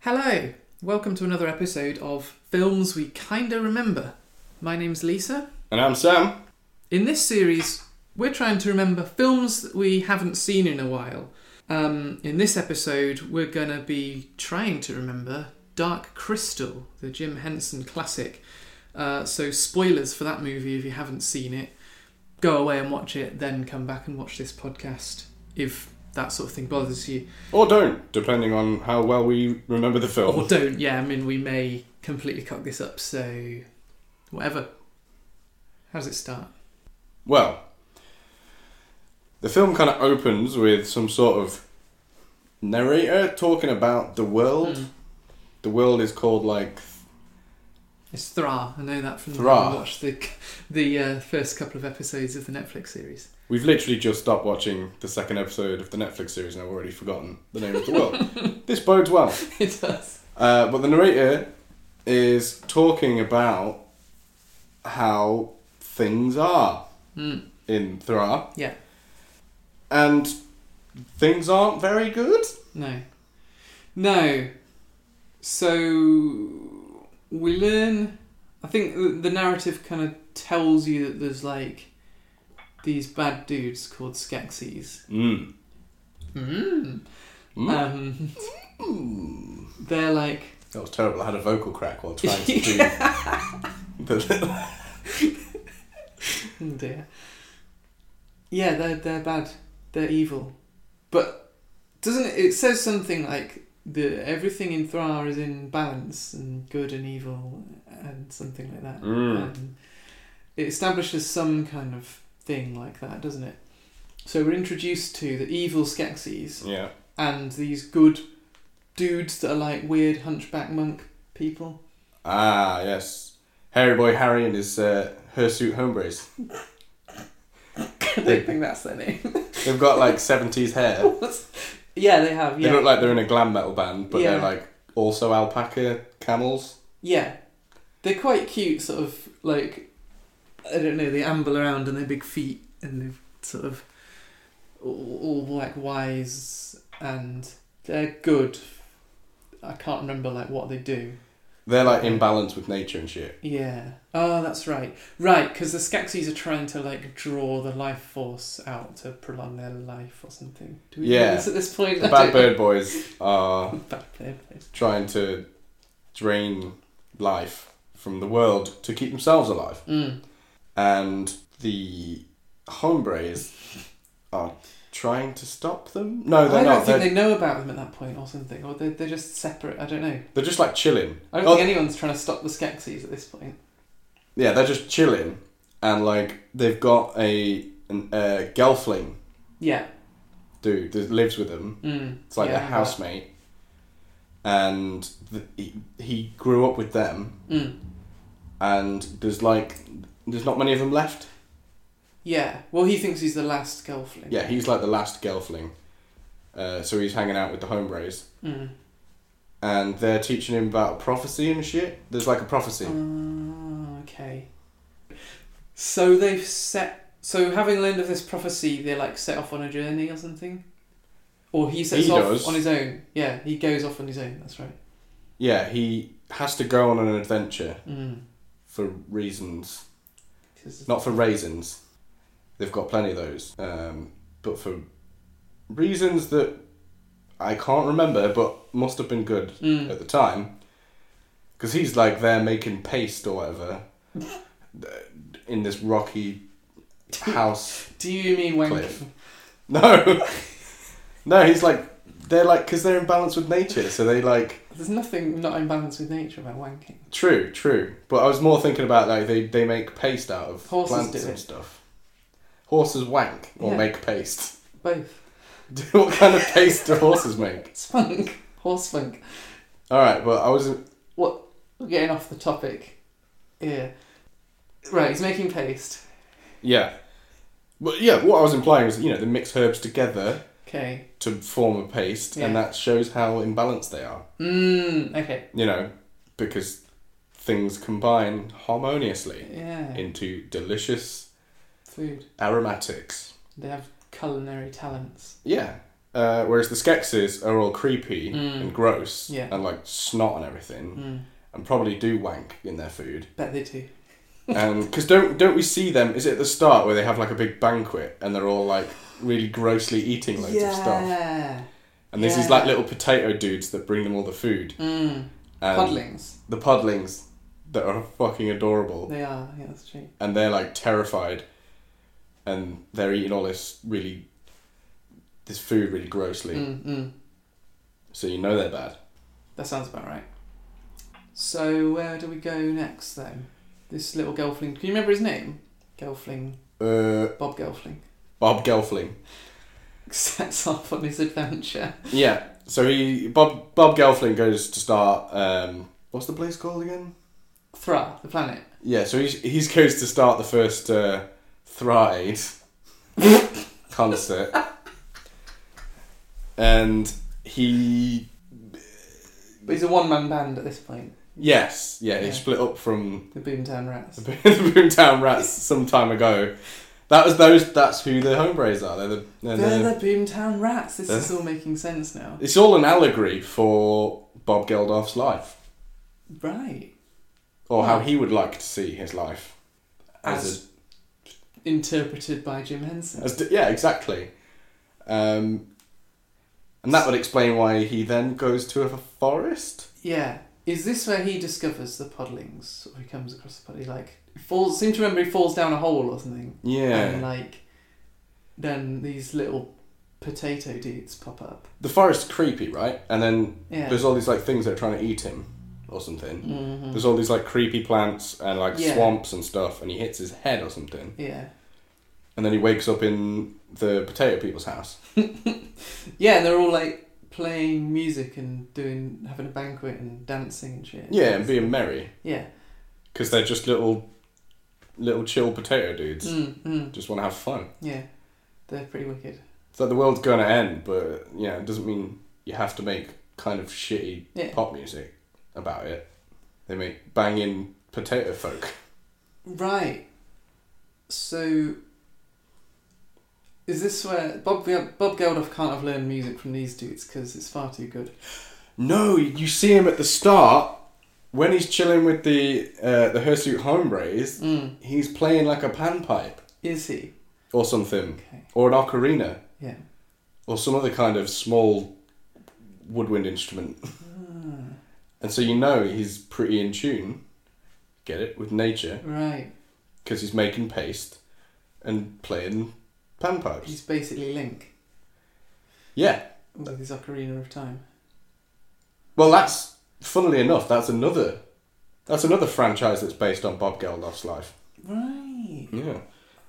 Hello, welcome to another episode of Films We Kinda Remember. My name's Lisa. And I'm Sam. In this series, we're trying to remember films that we haven't seen in a while. Um, in this episode, we're going to be trying to remember Dark Crystal, the Jim Henson classic. Uh, so, spoilers for that movie if you haven't seen it. Go away and watch it, then come back and watch this podcast if that sort of thing bothers you. Or don't, depending on how well we remember the Or film. don't, yeah, I mean, we may completely cock this up, so whatever. How does it start? Well, the film kind of opens with some sort of narrator talking about the world. The world is called like It's Thra. I know that from the Thra. I watched the the uh, first couple of episodes of the Netflix series. we've literally just stopped watching the second episode of the Netflix series and I've already forgotten the name of the world. this bodes well. It does. Uh, but the narrator is talking about how things are Mm. in Thra. Yeah. And things aren't very good. No. No. So we learn. I think the- the narrative kind of tells you that there's like these bad dudes called Skeksis. Mm. Mm. Mm. Um, they're like That was terrible. I had a vocal crack while trying to do. the- Oh dear. Yeah, they're they're bad. They're evil. But doesn't it, it says something like the everything in Thrar is in balance and good and evil and something like that. Mm. Um, it establishes some kind of thing like that, doesn't it? So we're introduced to the evil Skeksis yeah. and these good dudes that are like weird hunchback monk people. Ah, yes. Harry Boy Harry and his uh, hirsute hombres. I don't think that's their name. They've got like 70s hair. yeah, they have. They Yeah, look like they're in a glam metal band, but they're Yeah. like also alpaca camels. Yeah, they're quite cute. Sort of like I don't know. They amble around on their big feet and they've sort of all, all like wise and they're good. I can't remember like what they do. They're like in balance with nature and shit. Yeah. Oh, that's right. Right, because the Skeksis are trying to like draw the life force out to prolong their life or something. Do we know Yeah. this at this point? The I Bad don't- Bird Boys are Bad bird. bird. trying to drain life from the world to keep themselves alive. Mm. and the hombres are trying to stop them. No, I they're don't not. They're, think they know about them at that point or something, or they're, they're just separate. I don't know. they're just like chilling. I don't Oh, think anyone's trying to stop the Skeksis at this point. yeah, they're just chilling, and like they've got a an, uh, gelfling Yeah. dude that lives with them. Mm. It's like yeah, their housemate, and the, he, he grew up with them. Mm. And there's like there's not many of them left. Yeah. Well, he thinks he's the last Gelfling. Yeah, he's like the last gelfling, uh, so he's hanging out with the hombres. Mm. and they're teaching him about prophecy and shit. There's like a prophecy. Ah, okay. So they've set. So having learned of this prophecy, they like set off on a journey or something. Or he sets He off does. on his own. Yeah, he goes off on his own. That's right. Yeah, he has to go on an adventure Mm. for reasons, 'Cause- not for raisins. They've got plenty of those, um, but for reasons that I can't remember, but must have been good Mm. at the time. Because he's like there making paste or whatever in this rocky house Do you mean wanking? Cliff. No, no, he's like they're like because they're in balance with nature, so they like There's nothing not in balance with nature about wanking. true, true. But I was more thinking about like they they make paste out of Horses plants do and it. stuff. Horses wank or Yeah. make paste. Both. what kind of paste do horses make? Spunk. Horse spunk. All right, but I was We're getting off the topic. Yeah. Right, he's making paste. yeah, but yeah, what I was implying was you know they mix herbs together Okay. to form a paste, Yeah. and that shows how imbalanced they are. Mmm, okay. You know, because things combine harmoniously Yeah. into delicious Food. aromatics. They have culinary talents. Yeah. Uh, whereas the Skeksis are all creepy and gross Mm. Yeah. and like snot and everything, and probably do wank in their food. Mm. Bet they do. And because don't don't we see them? Is it at the start where they have like a big banquet and they're all like really grossly eating loads of stuff? And there's these Yeah. like little potato dudes that bring them all the food. Mm. And Puddlings. The puddlings that are fucking adorable, They are. Yeah, that's true. and they're like terrified, and they're eating all this really this food really grossly. Mm, mm. So you know they're bad. That sounds about right. So where do we go next, though? This little Gelfling. Can you remember his name? Gelfling. Uh, Bob Gelfling. Bob Gelfling. Sets off on his adventure. Yeah. So he Bob Bob Gelfling goes to start. Um, what's the place called again? Thra, the planet. Yeah. So he's he's goes to start the first uh, Thraid concert, and he But he's a one-man band at this point. yes yeah, he Yeah. split up from The Boomtown Rats. the Boomtown Rats some time ago. That was those. That's who the hombres are. They're the. They're the- They're the Boomtown Rats. This They're- is all making sense now. it's all an allegory for Bob Geldof's life, Right. or how he would like to see his life as, a As interpreted by Jim Henson. As d yeah, exactly. Um, and that would explain why he then goes to a forest. Yeah. Is this where he discovers the podlings? Or he comes across the podlings? Like, falls, seem to remember he falls down a hole or something. And, Yeah. like, then these little potato dudes pop up. The forest's creepy, right? And then Yeah. there's all these like things that are trying to eat him or something. Mhm. There's all these like creepy plants and like Yeah. swamps and stuff, and he hits his head or something. Yeah. And then he wakes up in the potato people's house. Yeah, and they're all, like, playing music and doing, having a banquet and dancing and shit. Yeah, and being merry Yeah. because they're just little, little chill potato dudes. Mm, mm, Just want to have fun. yeah. They're pretty wicked. It's like the world's going to end, but yeah, it doesn't mean you have to make kind of shitty Yeah. pop music about it. They make banging potato folk. Right. So, is this where Bob Bob Geldof can't have learned music from these dudes because it's far too good? No, you see him at the start when he's chilling with the uh, the hirsute hombres. Mm. He's playing like a panpipe Is he? or something, Okay. or an ocarina, Yeah. or some other kind of small woodwind instrument. And so you know he's pretty in tune. Get it with nature. Right. because he's making paste and playing panpipes. He's basically Link Yeah. with his Ocarina of Time. Well, that's funnily enough, that's another that's another franchise that's based on Bob Geldof's life. Right. Yeah.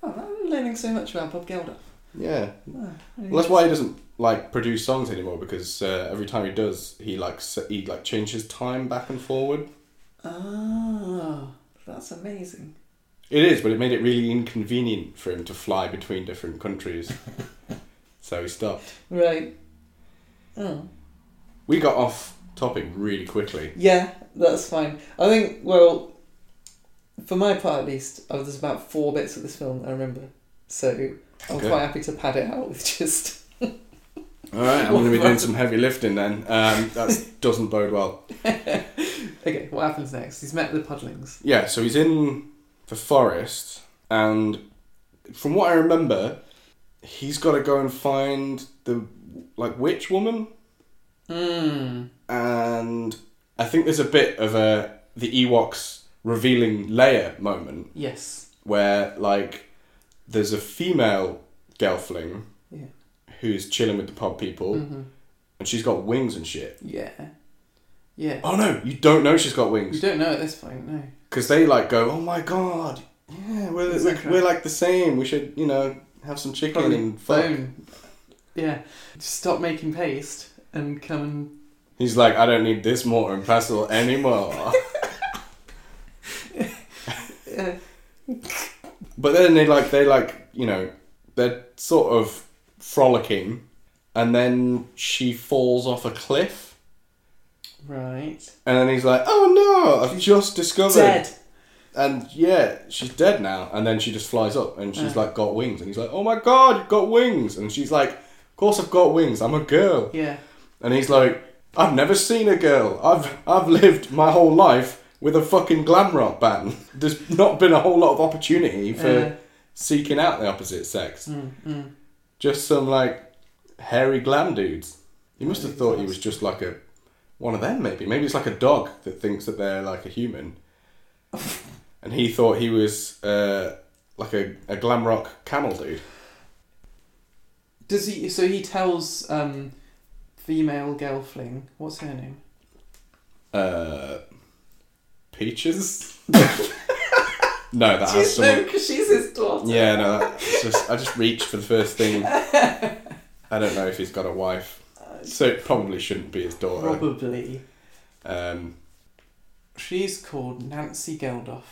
Oh, I'm learning so much about Bob Geldof. Yeah. Oh, Well, that's why he doesn't like produce songs anymore because uh, every time he does, he like s- he like changes time back and forward. Ah, that's amazing. It is, but it made it really inconvenient for him to fly between different countries. so he stopped. Right. Oh. We got off topic really quickly. Yeah, that's fine. I think, well, for my part at least, oh, there's about four bits of this film that I remember. So I'm Okay. quite happy to pad it out with just. All right, I'm going to be doing some heavy lifting then. Um, that doesn't bode well. Okay, what happens next? He's met the Puddlings. Yeah, so he's in the forest, and from what I remember, he's got to go and find the like witch woman, Mm. and I think there's a bit of a the Ewoks revealing Leia moment Yes. where like there's a female gelfling Yeah. who's chilling with the pod people, hmm and she's got wings and shit. Yeah. Yeah. Oh no, you don't know she's got We wings don't know at this point, no. because they like go, oh my god, yeah, we're, Exactly. we're like the same. We should, you know, have some chicken Probably and fuck. Phone. Yeah. Just stop making paste and come and. He's like, I don't need this mortar and pestle anymore. Yeah. but then they like, they like, you know, they're sort of frolicking, and then she falls off a cliff, Right. and then he's like, oh no, I've just discovered. Dead. And yeah, she's dead now. And then she just flies up and she's Uh. like got wings. And he's like, oh my god, you've got wings. And she's like, Of course, I've got wings. I'm a girl." Yeah. And he's like, "I've never seen a girl. I've I've lived my whole life with a fucking glam rock band. There's not been a whole lot of opportunity for Uh, seeking out the opposite sex. mm, mm. Just some like hairy glam dudes. He must have thought he was just like a one of them. Maybe maybe it's like a dog that thinks that they're like a human, and he thought he was uh, like a, a glam rock camel dude. Does he? So he tells um, female gelfling. What's her name? Uh, peaches. no, that has She's no, some. because she's his daughter. Yeah, no, that's just I just reached for the first thing. I don't know if he's got a wife, so it probably shouldn't be his daughter. Probably. Um, She's called Nancy Geldof.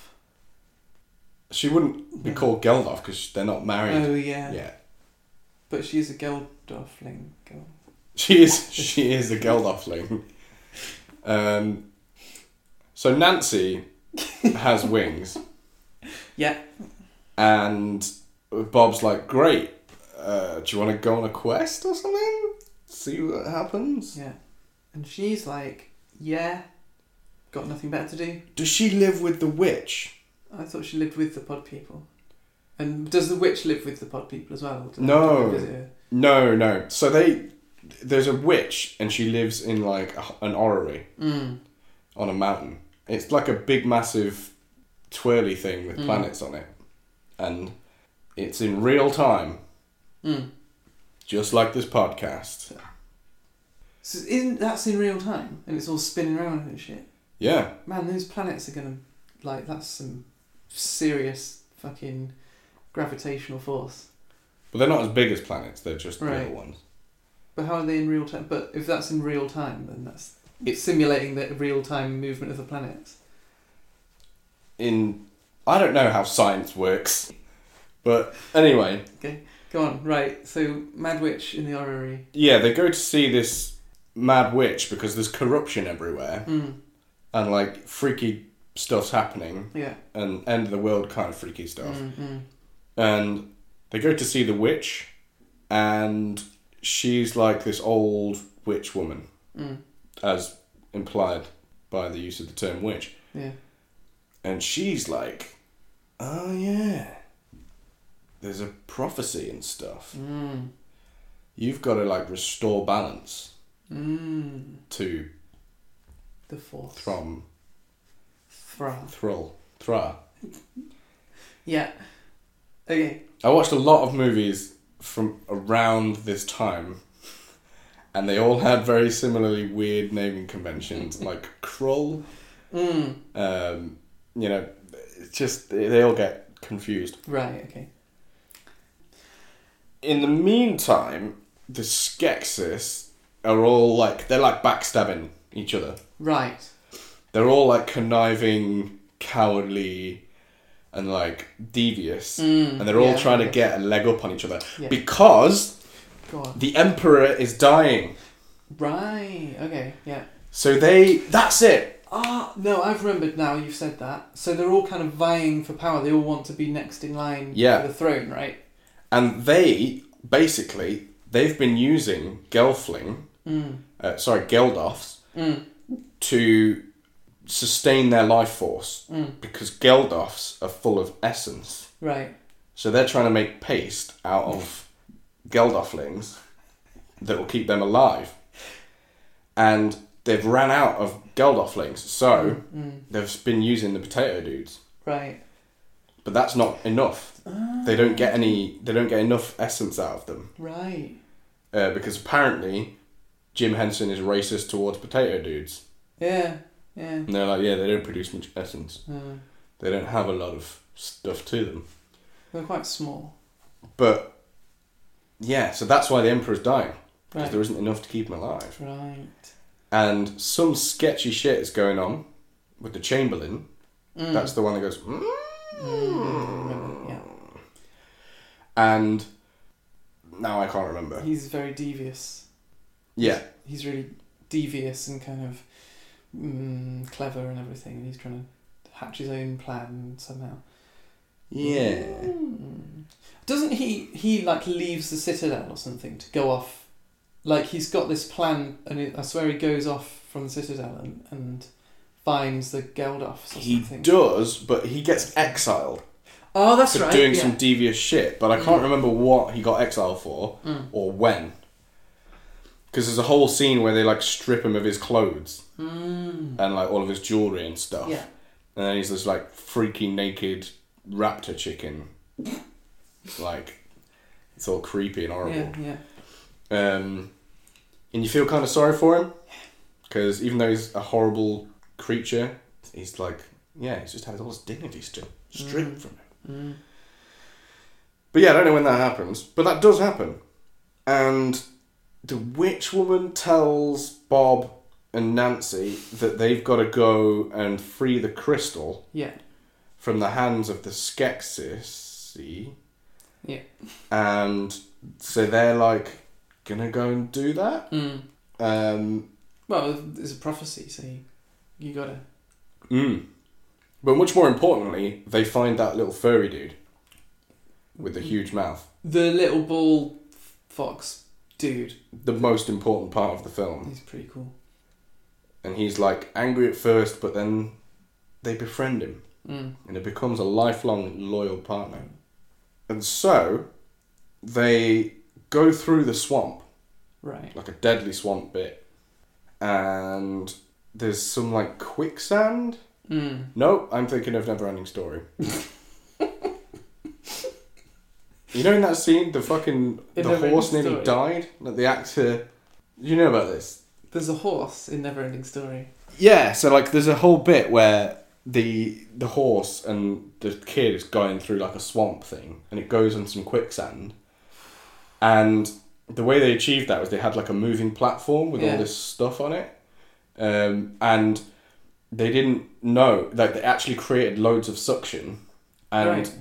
she wouldn't be called Geldof because they're not married Oh yeah. Yeah, But she's a Geldofling. Gel- She is. She is a Geldofling. Um, so Nancy has wings, Yeah. and Bob's like, "Great, uh, do you want to go on a quest or something? See what happens." Yeah. And she's like, yeah. Got nothing better to do. Does she live with the witch? I thought she lived with the pod people. And does the witch live with the pod people as well? Do they No. come and visit her? No, no. So they, there's a witch, and she lives in like a, an orrery Mm. on a mountain. It's like a big, massive, twirly thing with Mm. planets on it, and it's in real time. Mm. just like this podcast. So isn't that's in real time and it's all spinning around and shit. Yeah, Man, those planets are gonna like that's some serious fucking gravitational force. but they're not as big as planets; they're just Right. little ones. But how are they in real time? But if that's in real time, then that's it's simulating the real time movement of the planets. In I don't know how science works, but anyway, Go on, right? So Mad Witch in the E. orrery. yeah, they go to see this mad witch because there's corruption everywhere Mm, and like freaky stuff's happening yeah. and end of the world kind of freaky stuff. Mm, mm. And they go to see the witch, and she's like this old witch woman, Mm. as implied by the use of the term witch. Yeah. And she's like, oh yeah, there's a prophecy and stuff. Mm. You've got to like restore balance Mm. to The force. Throm, Thra. Thrull, Thra. Yeah. Okay. I watched a lot of movies from around this time, and they all had very similarly weird naming conventions, like Krull. Mm. Um, you know, it's just they all get confused. Right. Okay. in the meantime, the Skeksis are all like they're like backstabbing each other. Right. They're all like conniving, cowardly, and like devious, Mm, and they're all yeah, trying to yeah. get a leg up on each other Yeah. because Go on. the Emperor is dying. Right. Okay. Yeah. So they that's it. Ah, no, I've remembered now you've said that. So they're all kind of vying for power. They all want to be next in line Yeah. for the throne, right? And they basically they've been using Gelfling, Mm. uh, sorry Geldofs, Mm. to sustain their life force Mm. because Geldofs are full of essence. Right. So they're trying to make paste out of Geldoflings that will keep them alive. And they've ran out of Geldoflings, so Mm. they've been using the potato dudes. Right. But that's not enough. They don't get any. They don't get enough essence out of them Right. uh, because apparently Jim Henson is racist towards potato dudes. Yeah. Yeah. And they're like, yeah, they don't produce much essence. Uh, They don't have a lot of stuff to them. they're quite small. But yeah, so that's why the emperor's dying because Right. there isn't enough to keep him alive. Right. And some sketchy shit is going on with the chamberlain. Mm. That's the one that goes. Mm. Mm, remember, yeah. And now I can't remember. He's very devious. Yeah, He's really devious and kind of mm, clever and everything. And he's trying to hatch his own plan somehow. yeah. Mm. Doesn't he? He like leaves the citadel or something to go off. Like he's got this plan, and it, I swear he goes off from the citadel and, and finds the Geldofs or He something. does, but he gets exiled Oh, that's for right. doing yeah. some devious shit. But I can't remember what he got exiled for or when. Because there's a whole scene where they like strip him of his clothes and like all of his jewelry and stuff. Yeah. And then he's this like freaky naked raptor chicken. like, it's all creepy and horrible. Yeah, yeah. Um, and you feel kind of sorry for him because even though he's a horrible creature, he's like, yeah, he's just had all his dignity stripped, stripped from him. But yeah, I don't know when that happens, but that does happen. And the witch woman tells Bob and Nancy that they've got to go and free the crystal Yeah, from the hands of the Skeksis. yeah. And so they're like, gonna go and do that? Mm. Um, Well, it's a prophecy, so you, you gotta. mm. But much more importantly, they find that little furry dude with the huge mouth. The little ball fox dude. The most important part of the film. He's pretty cool. And he's like angry at first, but then they befriend him. Mm. And it becomes a lifelong loyal partner. And so they go through the swamp, Right. like a deadly swamp bit. And there's some like quicksand. Mm. No, I'm thinking of Neverending Story. you know in that scene, the fucking In the Neverending horse Story. nearly died. Like the actor, you know about this. There's a horse in Neverending Story. Yeah, so like there's a whole bit where the the horse and the kid is going through like a swamp thing, and it goes on some quicksand. And the way they achieved that was they had like a moving platform with Yeah. all this stuff on it, um, and they didn't know like they actually created loads of suction, and Right.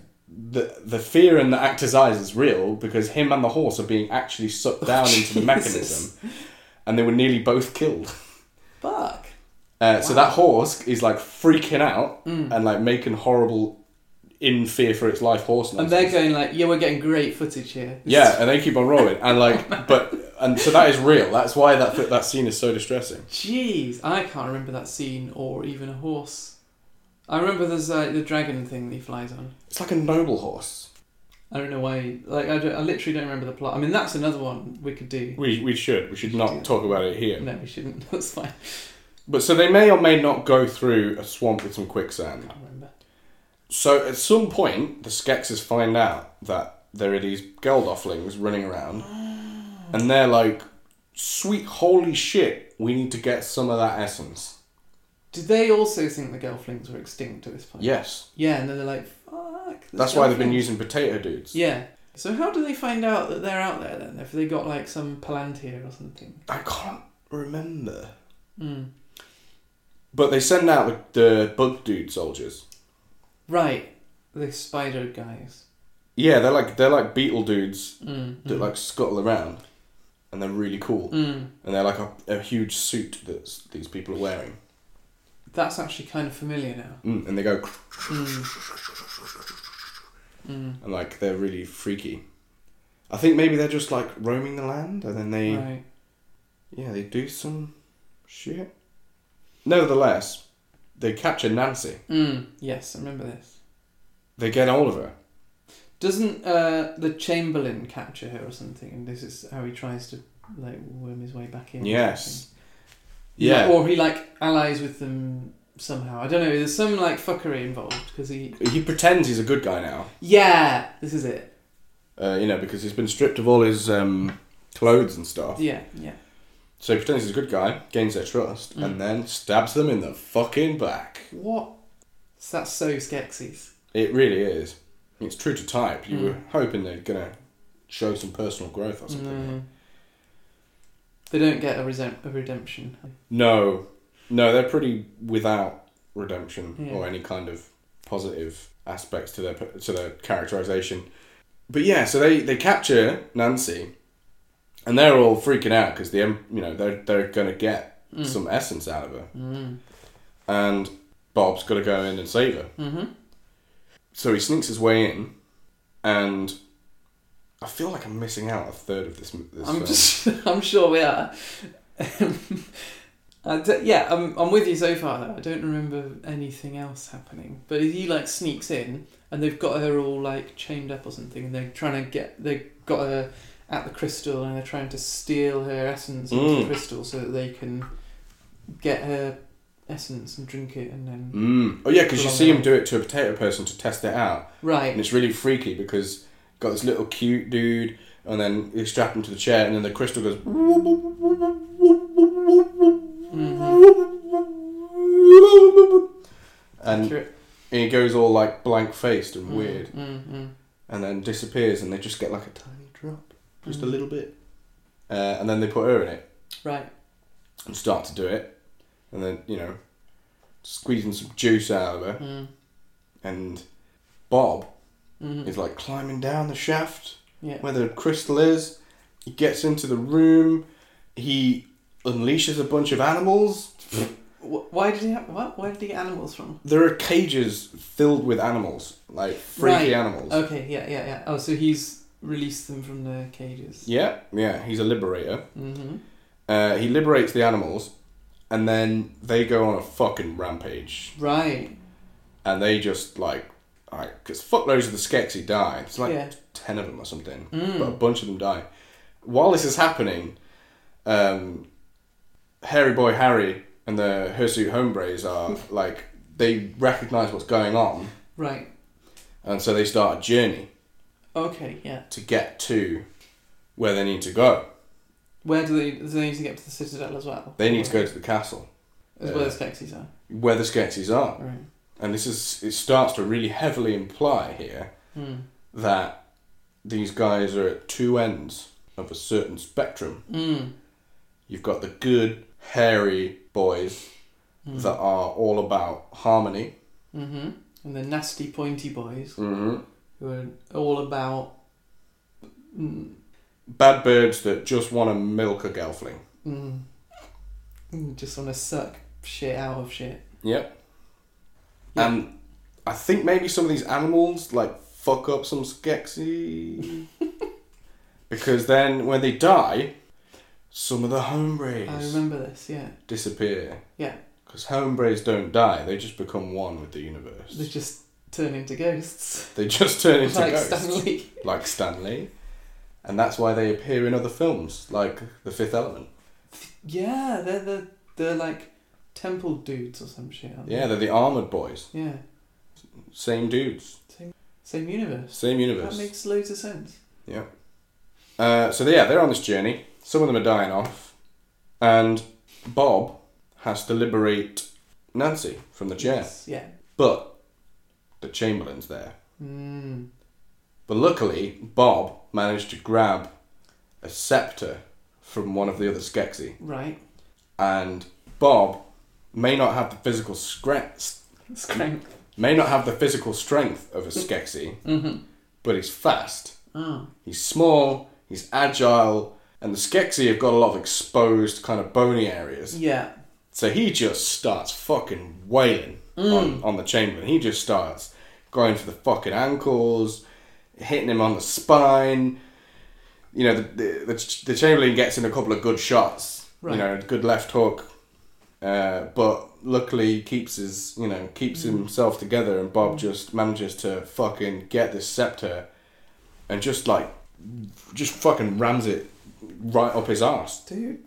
the the fear in the actor's eyes is real because him and the horse are being actually sucked down into the Jesus. mechanism, and they were nearly both killed. Fuck. Uh, So that horse is like freaking out Mm. and like making horrible, in fear for its life horse noises. And they're going like, yeah, we're getting great footage here. This yeah, and they keep on rolling and like, but and so that is real. That's why that that scene is so distressing. Jeez, I can't remember that scene or even a horse. I remember there's uh, the dragon thing that he flies on. It's like a noble horse. I don't know why. Like I, don't- I literally don't remember the plot. I mean, that's another one we could do. We we should we should not talk about it here. No, we shouldn't. That's fine. But so they may or may not go through a swamp with some I quicksand. can't remember. So at some point, the Skeksis find out that there are these Geldoflings running around, Oh. and they're like, "Sweet holy shit, we need to get some of that essence." Did they also think the Gelflings were extinct at this point? Yes. Yeah, and then they're like, fuck. there's That's why they've been Gelflings. using potato dudes. Yeah. So how do they find out that they're out there then? Have they got like some palantir or something? I can't remember. Mm. But they send out the, the bug dude soldiers. Right. The spider guys. Yeah, they're like they're like beetle dudes Mm. that like scuttle around, and they're really cool. Mm. And they're like a, a huge suit that s- these people are wearing, That's actually kind of familiar now. mm, and they go Mm. Mm. and like they're really freaky. I think maybe they're just like roaming the land, and then they Right. yeah they do some shit. Nevertheless, they capture Nancy. Mm. Yes, I remember this. They get hold of her. Doesn't uh, the Chamberlain capture her or something? And this is how he tries to like worm his way back in. or Yes. something? Yeah. Or he like allies with them somehow. I don't know. There's some like fuckery involved because he. He pretends he's a good guy now, Yeah, this is it. uh, you know, because he's been stripped of all his um, clothes and stuff. Yeah, yeah. So he pretends he's a good guy, gains their trust, and then stabs them in the fucking back. What? So That's so Skeksis. It really is. It's true to type. You were hoping they're gonna show some personal growth or something. Mm. They don't get a, resent- a redemption. No, no, they're pretty without redemption Yeah. or any kind of positive aspects to their to their characterization. But yeah, so they they capture Nancy, and they're all freaking out because the em- you know they're they're gonna get some essence out of her, Mm. and Bob's got to go in and save her. Mm-hmm. So he sneaks his way in, and I feel like I'm missing out a third of this. m- this I'm film. just, I'm sure we are. Um, I d- yeah, I'm, I'm with you so far. Though. I don't remember anything else happening. But he like sneaks in, and they've got her all like chained up or something, and they're trying to get they have got her at the crystal, and they're trying to steal her essence into Mm. the crystal so that they can get her essence and drink it, and then Mm. Oh yeah, because you see him do it to a potato person to test it out, and right, it's really freaky because got this little cute dude, and then you strap him to the chair, and then the crystal goes. And accurate. he goes all like blank faced and weird, Mm, mm, mm. and then disappears, and they just get like a tiny drop, just a Mm. little bit, uh, and then they put her in it Right, and start to do it, and then you know, squeezing some juice out of her, mm, and Bob mm. is like climbing down the shaft yeah, where the crystal is. He gets into the room. He unleashes a bunch of animals. Wh- why did he have what? Where did he get animals from? There are cages filled with animals, like Right. freaky animals. Okay, yeah, yeah, yeah. Oh, so he's released them from the cages. Yeah, yeah. He's a liberator. Mm-hmm. Uh, he liberates the animals, and then they go on a fucking rampage, Right. and they just like, like, because fuckloads of the Skeksis die. It's like yeah. ten of them or something. Mm. but a bunch of them die. While this is happening, um, Hairy Boy Harry and the Hirsute Hombres are like they recognise what's going on, Right. and so they start a journey Okay. Yeah. to get to where they need to go. Where do they? Do they need to get to the citadel as well? They need to go to the castle As well as Skeksis are. where the Skeksis are, Right. and this is it starts to really heavily imply here Mm. that these guys are at two ends of a certain spectrum. Mm. You've got the good hairy boys Mm. that are all about harmony. Mm-hmm. And the nasty pointy boys Mm-hmm. who are all about. Mm. Bad birds that just want to milk a gelfling. Mm. Mm, Just want to suck shit out of shit. Yep. Yeah. And I think maybe some of these animals like fuck up some Skeksis because then when they die, some of the hombres I remember this. Yeah. disappear. Yeah. Because hombres don't die; they just become one with the universe. They just turn into ghosts. They just turn into like ghosts, Stanley. like Stanley, and that's why they appear in other films, like The Fifth Element. Yeah, they're the they're like temple dudes or some shit. Aren't Yeah, they're the Armored Boys. They? Yeah. Same dudes. Same same universe. Same universe. That makes loads of sense. Uh, so, yeah, they're on this journey. Some of them are dying off. And Bob has to liberate Nancy from the chair. Yes, Yeah. But the Chamberlain's there. Mm. But luckily, Bob managed to grab a scepter from one of the other Skeksis. Right. And Bob may not have the physical strength Strength. may not have the physical strength of a Skeksi, Mm-hmm. but he's fast. Oh. He's small, he's agile, and the Skeksis have got a lot of exposed kind of bony areas. Yeah. So he just starts fucking wailing Mm. on, on the Chamberlain. He just starts going for the fucking ankles, hitting him on the spine. You know, the, the, the, Ch- the Chamberlain gets in a couple of good shots. Right. You know, good left hook. Uh, but luckily he keeps his, you know, keeps Mm. himself together and Bob just manages to fucking get this scepter and just like, just fucking rams it right up his arse Dude.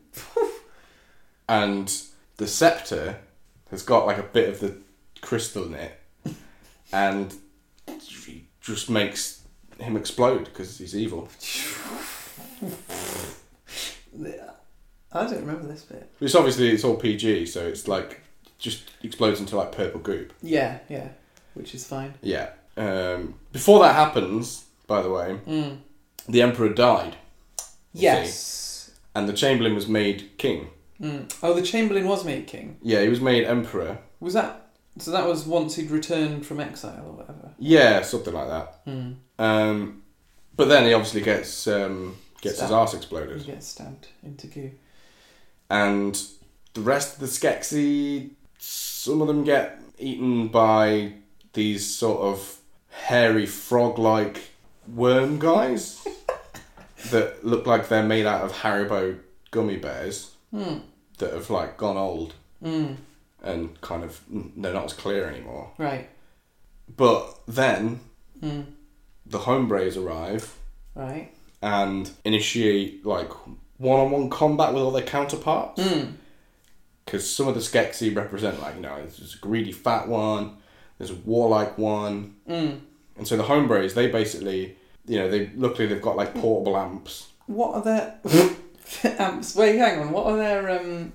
and the scepter has got like a bit of the crystal in it, and he just makes him explode because he's evil. I don't remember this bit. It's obviously it's all PG, so it's like just explodes into like purple goop. Yeah. Yeah. Which is fine. Yeah. Um, before that happens, by the way, Mm. the emperor died, You Yes. and the chamberlain was made king. Mm. Oh, the Chamberlain was making. Yeah, he was made emperor. Was that? So that was once he'd returned from exile or whatever. Yeah, something like that. Mm. Um, but then he obviously gets um, gets his Stabbed. ass He exploded. gets stabbed into goo. and the rest of the Skeksi, some of them get eaten by these sort of hairy frog-like worm guys. that look like they're made out of Haribo gummy bears Hmm. that have like gone old Mm. and kind of they're not as clear anymore. Right. But then Mm. the hombres arrive Right. and initiate like one-on-one combat with all their counterparts. Mm. because some of the Skeksis represent like you know there's a greedy fat one, there's a warlike one, Mm. and so the hombres they basically you know they luckily they've got like portable amps. What are their amps? Wait, hang on. What are their um,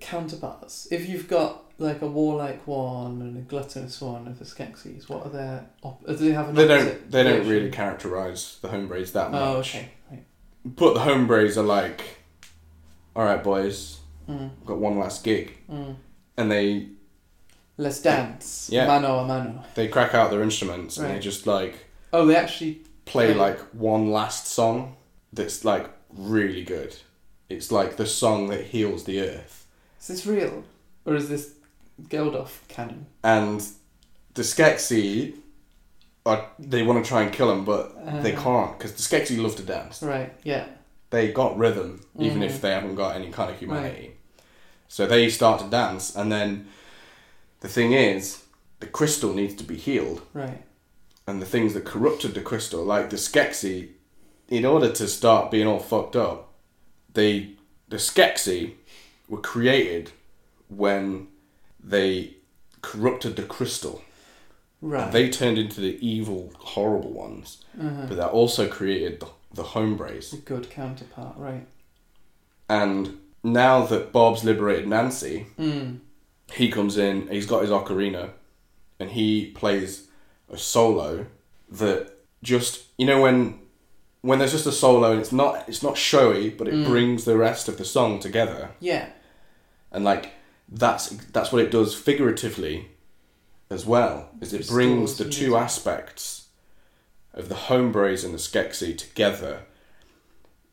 counterparts? If you've got like a warlike one and a gluttonous one of the Skeksis, what are their? Op- do they have an They opposite don't they don't version? really characterize the hombres that much. Oh, okay. Right. But the hombres are like, all right, boys, Mm. we've got one last gig, Mm. and they Let's dance. Yeah. Mano a mano. they crack out their instruments and they Right. just like Oh, they actually. play Right. like one last song that's like really good. It's like the song that heals the earth. Is this real, or is this Geldof canon? and the Skeksis are they want to try and kill him, but they Uh. can't because the Skeksis love to dance. Right. Yeah. They got rhythm, even Mhm. if they haven't got any kind of humanity. So they start to dance, and then the thing is, the crystal needs to be healed, Right. and the things that corrupted the crystal, like the Skeksi, in order to start being all fucked up, they the Skeksi were created when they corrupted the crystal. Right. They turned into the evil, horrible ones, uh-huh. but that also created the, the hombres. The good counterpart. Right. And now that Bob's liberated Nancy, Mm. he comes in, he's got his ocarina, and he plays a solo that just you know when when there's just a solo and it's not it's not showy, but it brings the rest of the song together. Yeah. And like that's that's what it does figuratively as well, is it Restores brings the the two aspects of the hombres and the Skeksi together.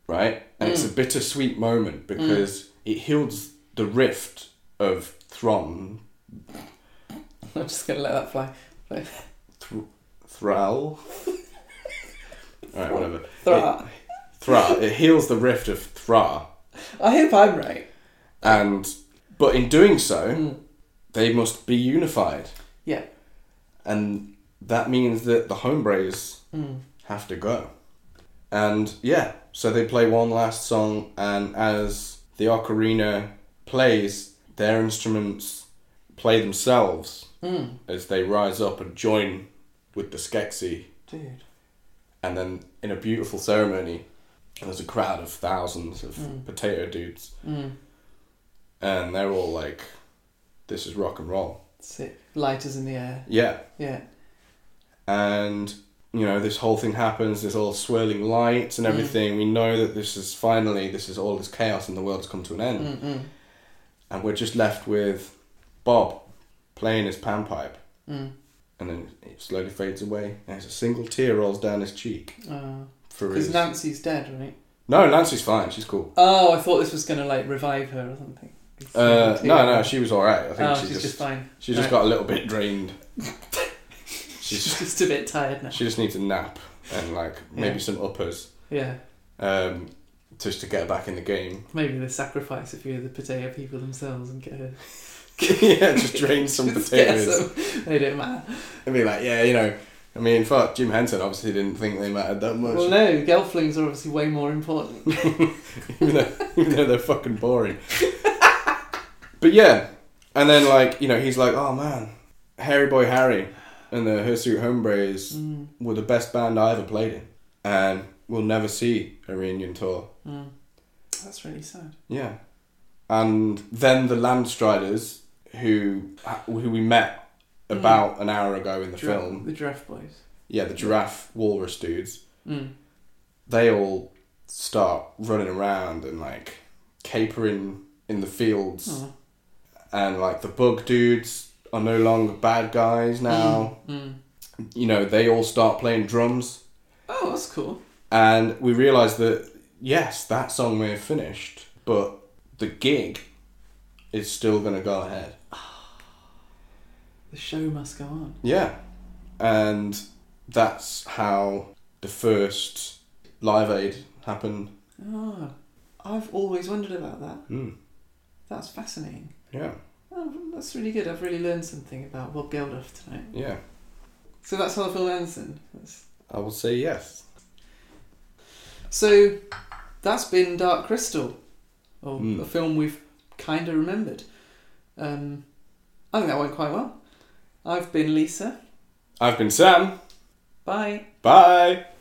Right? And it's a Mm. bittersweet moment because it heals the rift of Throm I'm just gonna let that fly. Thrall. Alright, whatever. Thra. It, Thra. It heals the rift of Thra. I hope I'm right. And but in doing so, Mm. they must be unified. Yeah. And that means that the hombres Mm. have to go. And yeah, so they play one last song and as the ocarina plays, their instruments play themselves Mm. as they rise up and join with the Skeksi Dude. and then in a beautiful ceremony, and there's a crowd of thousands of Mm. potato dudes, Mm. and they're all like, "This is rock and roll." Sick. Lighters in the air. Yeah, Yeah. and you know this whole thing happens. There's all swirling lights and Mm. everything. We know that this is finally this is all this chaos in the world's come to an end, Mm. and we're just left with Bob playing his panpipe, Mm. and then it slowly fades away, and as a single tear rolls down his cheek Mm. for Because his. Nancy's dead, right? no, Nancy's fine. She's cool. Oh, I thought this was gonna like revive her or something. Uh, no, no, she was all right. I think oh, she she's just, just fine. She just Right. got a little bit drained. She's She's just, just a bit tired now. she just needs a nap and like maybe Yeah. some uppers, Yeah. um, just to get her back in the game. Maybe they sacrifice a few of the potato people themselves and get her. yeah, just drain some Just get potatoes some- They don't matter. and be like, yeah, you know. I mean, fuck, Jim Henson obviously didn't think they mattered that much, Well, no, gelflings are obviously way more important. even, though, even though they're fucking boring. but yeah, and then like you know he's like, oh man, Harry Boy Harry, and the Hirsute Hombres Mm. were the best band I ever played in, and we'll never see a reunion tour. Mm. That's really sad. Yeah, and then the Landstriders, who who we met about an hour ago in the Mm. Giraffe- film, The Giraffe Boys. yeah, the giraffe walrus dudes, Mm. they all start running around and like capering in the fields, Oh. and like the bug dudes are no longer bad guys now. Mm. Mm. You know, they all start playing drums. Oh, that's cool. and we realised that yes, that song may have finished, but the gig is still going to go ahead. The show must go on. Yeah, and that's how the first Live Aid happen. Ah, I've always wondered about that. Hmm. That's fascinating. Yeah, Oh, that's really good. I've really learned something about Bob Geldof tonight. yeah. So that's how the film ends then. That's- I will say yes. So that's been Dark Crystal, or Mm. a film we've kind of remembered. Um, I think that went quite well. I've been Lisa. I've been Sam. Bye. Bye.